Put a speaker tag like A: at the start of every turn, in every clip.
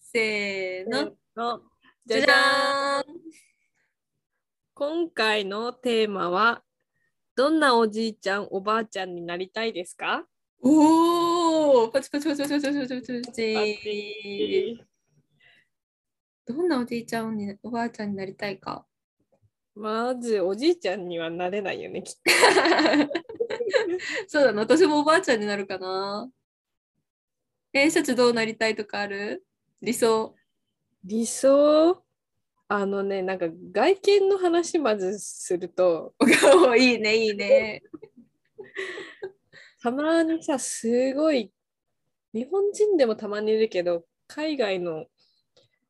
A: せーの。
B: の
A: じゃじゃーん。
B: 今回のテーマはどんなおじいちゃんおばあちゃんになりたいですか
A: おお、パチパチパチパチパチパチパチパチ。どんなおじいちゃんに、おばあちゃんになりたいか。
B: まずおじいちゃんにはなれないよねきっと
A: そうだな、私もおばあちゃんになるかな。えー、シャチどうなりたいとかある理想。
B: 理想あのねなんか外見の話まずすると
A: お いいね、いいね。
B: たまにさすごい日本人でもたまにいるけど海外の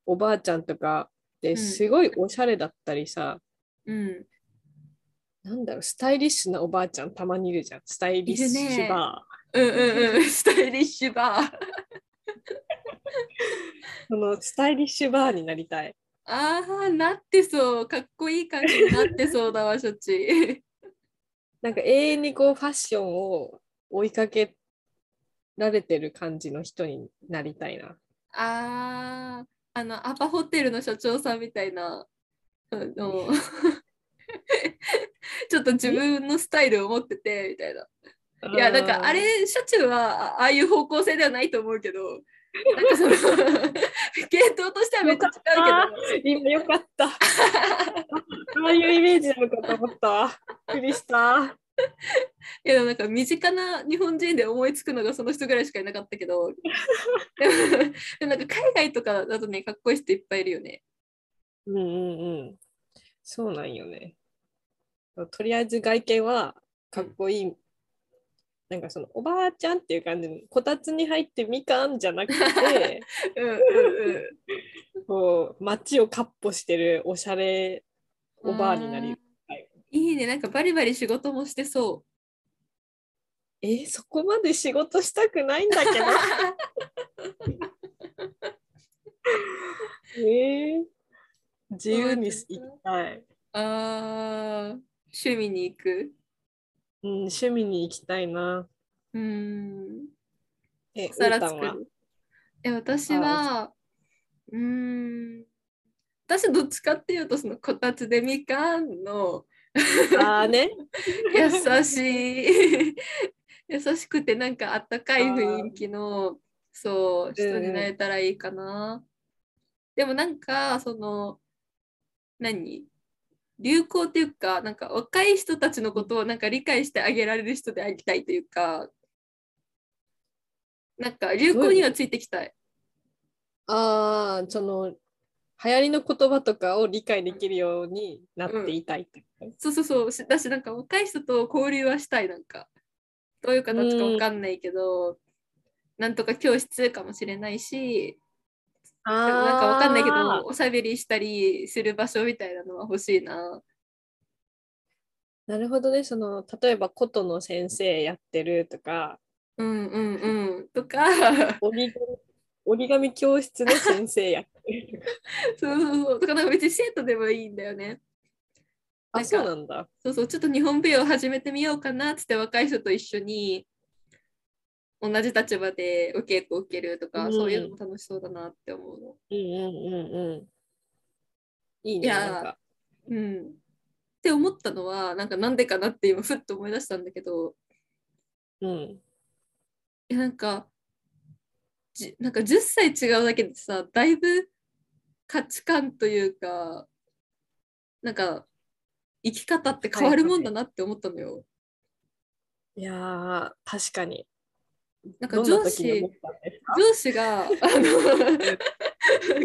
B: おばあちゃんとかってすごいおしゃれだったりさ、
A: うん。
B: なんだろうスタイリッシュなおばあちゃんたまにいるじゃんスタイリッシ
A: いるね
B: ュバ
A: うんうんうん。 スタイリッシュバー。
B: ー、そのスタイリッシュバーになりたい
A: ああ、なってそう。かっこいい感じになってそうだわ、シャチ。
B: なんか永遠にこうファッションを追いかけられてる感じの人になりたいな
A: ああ、あの、アパホテルの社長さんみたいな。あの ちょっと自分のスタイルを持っててみたいな。
B: い
A: いや、なんかあれ、シャチはあああいう方向性ではないと思うけど、なんかその、 系統としてはめっちゃ違う
B: 今よかった そういうイメージなのかと思ったわびっくりした
A: けど、いや、でもなんか身近な日本人で思いつくのがその人ぐらいしかいなかったけ ど、でもでもなんか海外とかだとね、かっこいい人いっぱいいるよね。
B: うんうんうんそうなんよねとりあえず外見はかっこいい、なんかそのおばあちゃんっていう感じのこたつに入ってみかんじゃな くて
A: うんうんうん。
B: こう街をかっ歩してるおしゃれおばあになりたい
A: いいね、なんかバリバリ仕事もしてそう。
B: えーそこまで仕事したくないんだ けどえー自由に行きたい、
A: あー趣味に行く。
B: うん、趣味に行きたいな
A: うーん。
B: え
A: お皿
B: うーたん
A: 作
B: は
A: る。え、私は、うーん。私どっちかっていうと、そのこたつでみかんの
B: ああね
A: 優しい、 優しくてなんかあったかい雰囲気の、そう、人になれたらいいかな。でもなんか、その、何流行っていうか、なんか若い人たちのことをなんか理解してあげられる人でありたいというか、なんか流行にはついてきたい。
B: ああその流行りの言葉とかを理解できるようになっていたいってこ
A: そ
B: と、
A: うそうそうしだしなんか若い人と交流はしたいなんかどういう形かわかんないけど、なんとか教室かもしれないし
B: あー
A: なんかわかんないけどおしゃべりしたりする場所みたいなのは欲しいな
B: なるほどねその例えば琴の先生やってるとか
A: うんうんうんとか
B: 折り紙折り紙教室の先生やってるとか
A: そうそうそうとかなんか別に生徒でもいいんだよね
B: あ
A: なんか
B: そうなんだ
A: そうそうちょっと日本舞踊始めてみようかなっつって若い人と一緒に同じ立場でお稽古を受けるとか、
B: うん
A: そういうのも楽しそうだなって思うの
B: うんうんうんうん。いい
A: い
B: ね。
A: やー
B: なんか
A: うん、って思ったのはなんかなんでかなって今ふっと思い出したんだけど
B: うん。
A: いやなんかじなんか10歳違うだけでさだいぶ価値観というかなんか生き方って変わるもんだなって思ったのよ。
B: いやー確かに。
A: なん
B: ど
A: か
B: んな
A: 上
B: 時に
A: 司
B: 思ったんですか
A: 上司が あの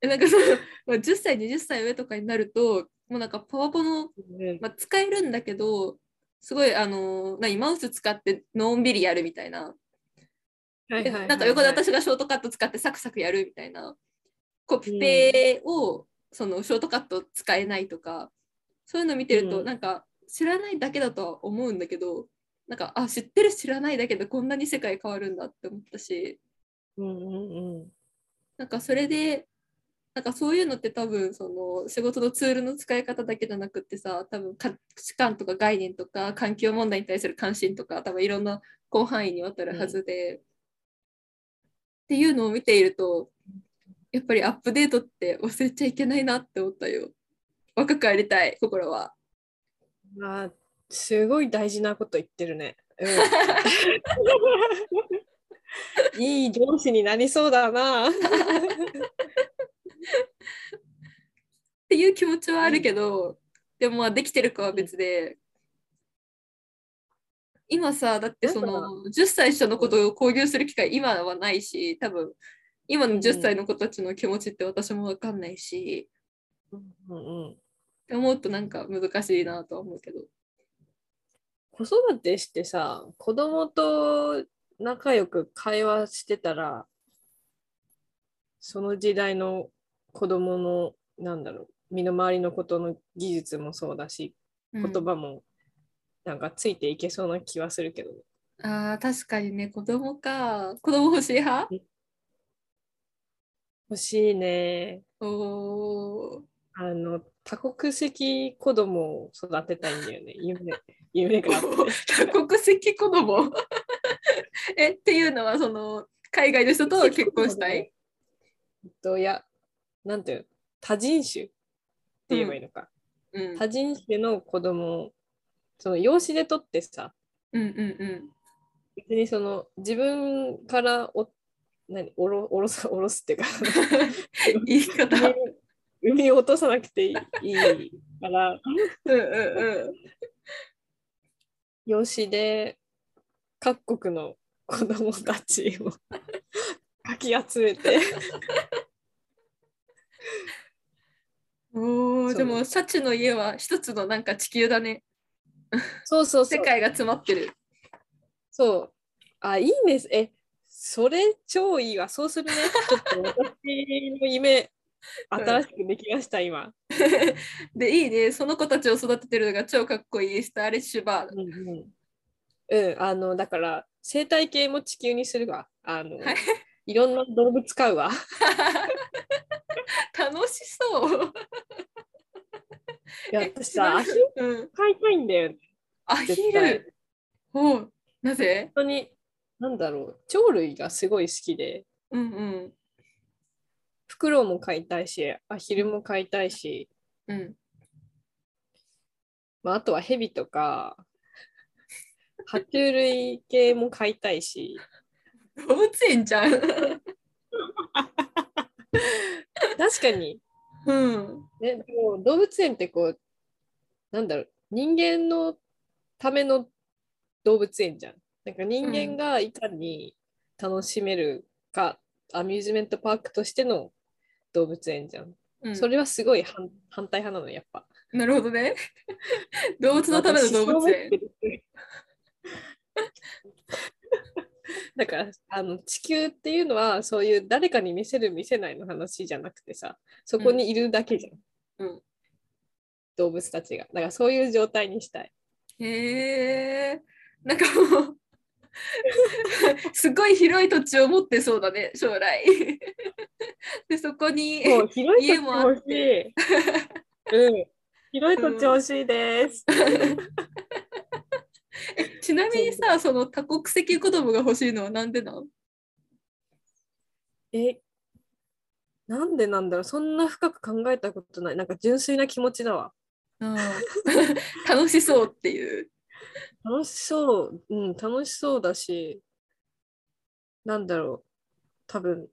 A: なんかそのまあ10歳20歳上とかになるともうなんかパワポの
B: うん
A: まあ、使えるんだけどすごいあのー何マウス使ってのんびりやるみたいな、
B: はいはいはいはい
A: なんか横で私がショートカット使ってサクサクやるみたいなコピペを、そのショートカット使えないとかそういうの見てると、
B: うん
A: なんか知らないだけだとは思うんだけどなんかあ知ってる知らないだけでこんなに世界変わるんだって思ったし
B: うんうんうん。
A: なんかそれでなんかそういうのって多分その仕事のツールの使い方だけじゃなくってさ多分価値観とか概念とか環境問題に対する関心とか多分いろんな広範囲にわたるはずで、っていうのを見ているとやっぱりアップデートって忘れちゃいけないなって思ったよ若くありたい心は
B: まあ、すごい大事なこと言ってるね。 うん、いい上司になりそうだな。
A: っていう気持ちはあるけど、でもまあできてるかは別で、今さだってその10歳下のことを交流する機会今はないし多分今の10歳の子たちの気持ちって私も分かんないし、
B: うんうん、
A: って思うとなんか難しいなとは思うけど
B: 子育てしてさ、子供と仲良く会話してたら、その時代の子供の、なんだろう、身の回りのことの技術もそうだし、
A: うん
B: 言葉もなんかついていけそうな気はするけどね、
A: あー確かにね子供か子供欲しい派
B: 欲しいね。
A: おー
B: あの、多国籍子供を育てたいんだよね、 夢、夢があって。
A: 多 国籍子供 えっていうのはその海外の人と結婚したい
B: えっと、いや、なんていうの多人種って言えばいいのか。
A: うん
B: 多人種の子供をその養子で取ってさ、
A: うんうん
B: 別にその自分からお、何、おろ、おろす、おろすって いうか、
A: うん言い方
B: 産み産み落とさなくていいいいから、
A: うんうんうん
B: 養子で各国の子供たちを かき集めて、
A: お
B: そ
A: お
B: う
A: でもシャチの家は一つのなんか地球だね
B: そうそうそう
A: 世、界が詰まってる
B: そう。あ、いいね。え、それ超いいわ。そうす るね。ちょっと私の夢、新しくできました、今。
A: でいいねその子たちを育ててるのが超かっこいいスターリッシュバー
B: うん、うんあの、だから、生態系も地球にするわ。あの、
A: はい
B: い、ろんな動物飼う わ。
A: 楽しそう
B: いや、
A: え
B: 私
A: ちなみ
B: さ、アヒル
A: にうん
B: 飼いたいんだよ、ね。
A: アヒ
B: 絶対
A: ルおうなぜ
B: 本当に、なんだろう、鳥類がすごい好きで、
A: うんうん
B: フクロウも飼いたいし、アヒルも飼いたいし、
A: うん
B: まあ、あとはヘビとか、爬虫類系も飼いたいし、
A: 動物園じゃん
B: 確かに、
A: うん
B: ね、でも動物園ってこうなんだろう人間のための動物園じゃん。なんか人間がいかに楽しめるか、アミューズメントパークとしての動物園じゃん。
A: うん
B: それはすごい反反対派なのやっぱ。
A: なるほどね 動物のための動物園
B: 私そう思ってる。 だからあの地球っていうのはそういう誰かに見せる見せないの話じゃなくてさそこにいるだけじゃん、
A: うん
B: 動物たちがだからそういう状態にしたい
A: へえなんかもう すごい広い土地を持ってそうだね将来 でそこに
B: もう広い土
A: 家
B: 地
A: もあ
B: 欲
A: っ
B: しい、うん、広い土地欲しいです、
A: ちなみにさその多国籍子供が欲しいのはなんでなの
B: えなんでなんだろうそんな深く考えたことないなんか純粋な気持ちだわ
A: 楽しそうっていう
B: 楽しそう、うん、楽しそうだし、なんだろう、多分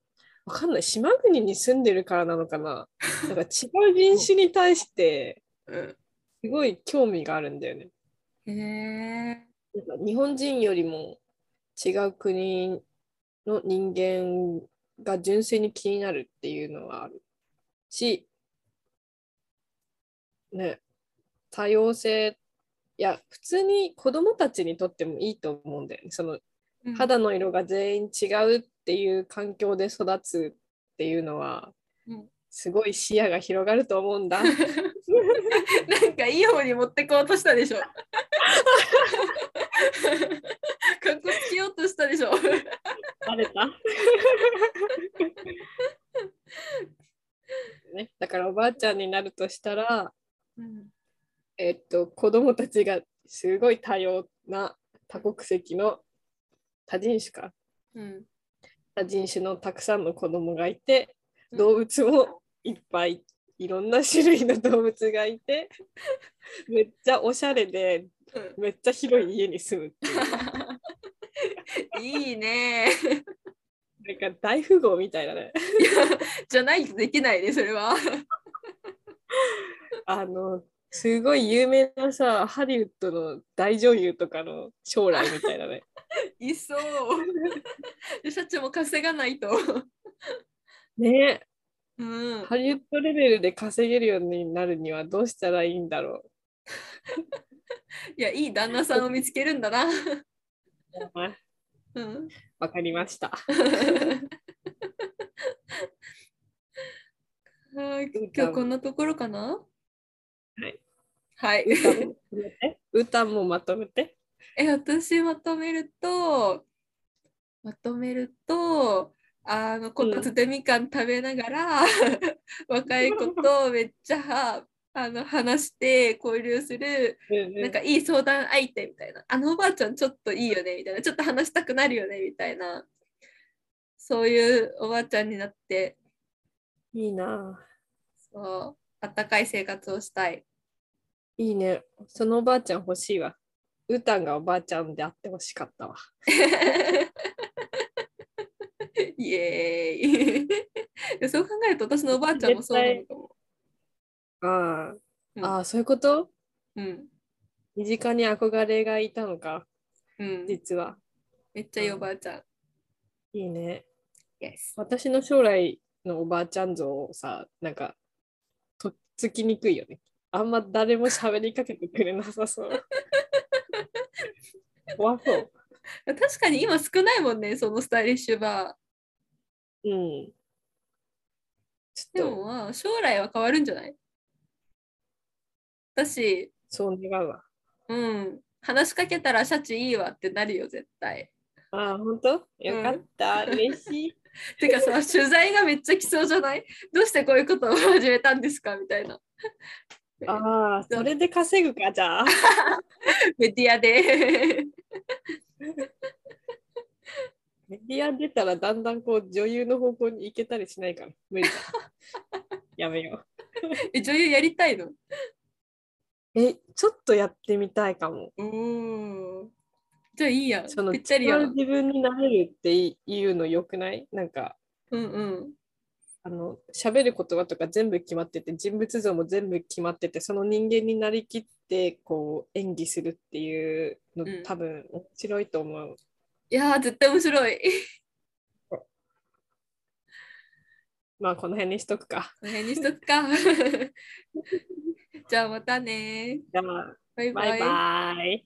B: わかんない、島国に住んでるからなのかな。なんか違う人種に対して、
A: う
B: すごい興味があるんだよね。
A: んへ
B: なんか日本人よりも違う国の人間が純粋に気になるっていうのはあるし、ね、多様性、いや、普通に子供たちにとってもいいと思うんだよね。その
A: え
B: 肌の色が全員違うっていう環境で育つっていうのは
A: うん、
B: すごい視野が広がると思うんだ。
A: なんかいい方に持ってこうとしたでしょ かっこつけようとしたでしょ
B: バレたね、だからおばあちゃんになるとしたら、
A: うん
B: えっと、子供たちがすごい多様な多国籍の多人種か
A: うん
B: 多人種のたくさんの子供がいて動物もいっぱいいろんな種類の動物がい てめっちゃおしゃれで
A: うん
B: めっちゃ広い家に住むっていう
A: いいね。
B: なんか大富豪みたいなね
A: じゃないとできないね、それは。
B: あのすごい有名なさハリウッドの大女優とかの将来みたいなね
A: いそう。で社長も稼がないと。
B: ね
A: うん。
B: ハリウッドレベルで稼げるようになるにはどうしたらいいんだろ
A: いや、いい旦那さんを見つけるんだな。
B: うまあ
A: うん。
B: わかりました
A: はい、今日こんなところかな。
B: はい。
A: はい。
B: 歌もまとめて歌もまとめ て
A: え、私まとめると、まとめると、あの、こたつでみかん食べながら、 若い子とめっちゃ、あの、話して交流する、なんかいい相談相手みたいな、あのおばあちゃんちょっといいよねみたいな、ちょっと話したくなるよねみたいな、そういうおばあちゃんになって、
B: いいなあ
A: そう、あったかい生活をしたい。
B: いいねそのおばあちゃん欲しいわうたんがおばあちゃんであってほしかったわ
A: イエーイいや。そう考えると私のおばあちゃんもそうなのかも。
B: あー、
A: うん
B: あーそういうこと
A: うん。
B: 身近に憧れがいたのか
A: うん、
B: 実は
A: めっちゃいいおばあちゃん。
B: いいね
A: Yes
B: 私の将来のおばあちゃん像をさなんかとっつきにくいよねあんま誰も喋りかけてくれな さそう怖そう
A: 確かに今少ないもんね、そのスタイリッシュバ
B: うんち
A: ー。で
B: ょっ
A: も
B: と
A: まあ、将来は変わるんじゃない私、
B: そう願うわ
A: うん。話しかけたらシャチいいわってなるよ、絶対。
B: ああ本当よかった、嬉しい
A: てかさ、取材がめっちゃ来そうじゃないどうしてこういうことを始めたんですかみたいな。
B: ああそれで稼ぐかじゃあ
A: メディアで。
B: メディア出たらだんだんこう女優の方向に行けたりしないから無 理だやめよ
A: え女優やりたいの
B: うえちょっとやってみたいかも
A: うん。じゃあいいやん。
B: その
A: ぴったりやん。
B: 自分になれるっていうのよくないなんか
A: うんうん。
B: あの喋る言葉とか全部決まってて人物像も全部決まっててその人間になりきってこう演技するっていうの、
A: うん
B: 多分面白いと思う
A: いやー、絶対面白 い。
B: まあこの辺にしとくか
A: この辺にしとくか。 じゃあまたね。
B: じゃあ
A: バイバ
B: バ
A: イ。
B: イバイ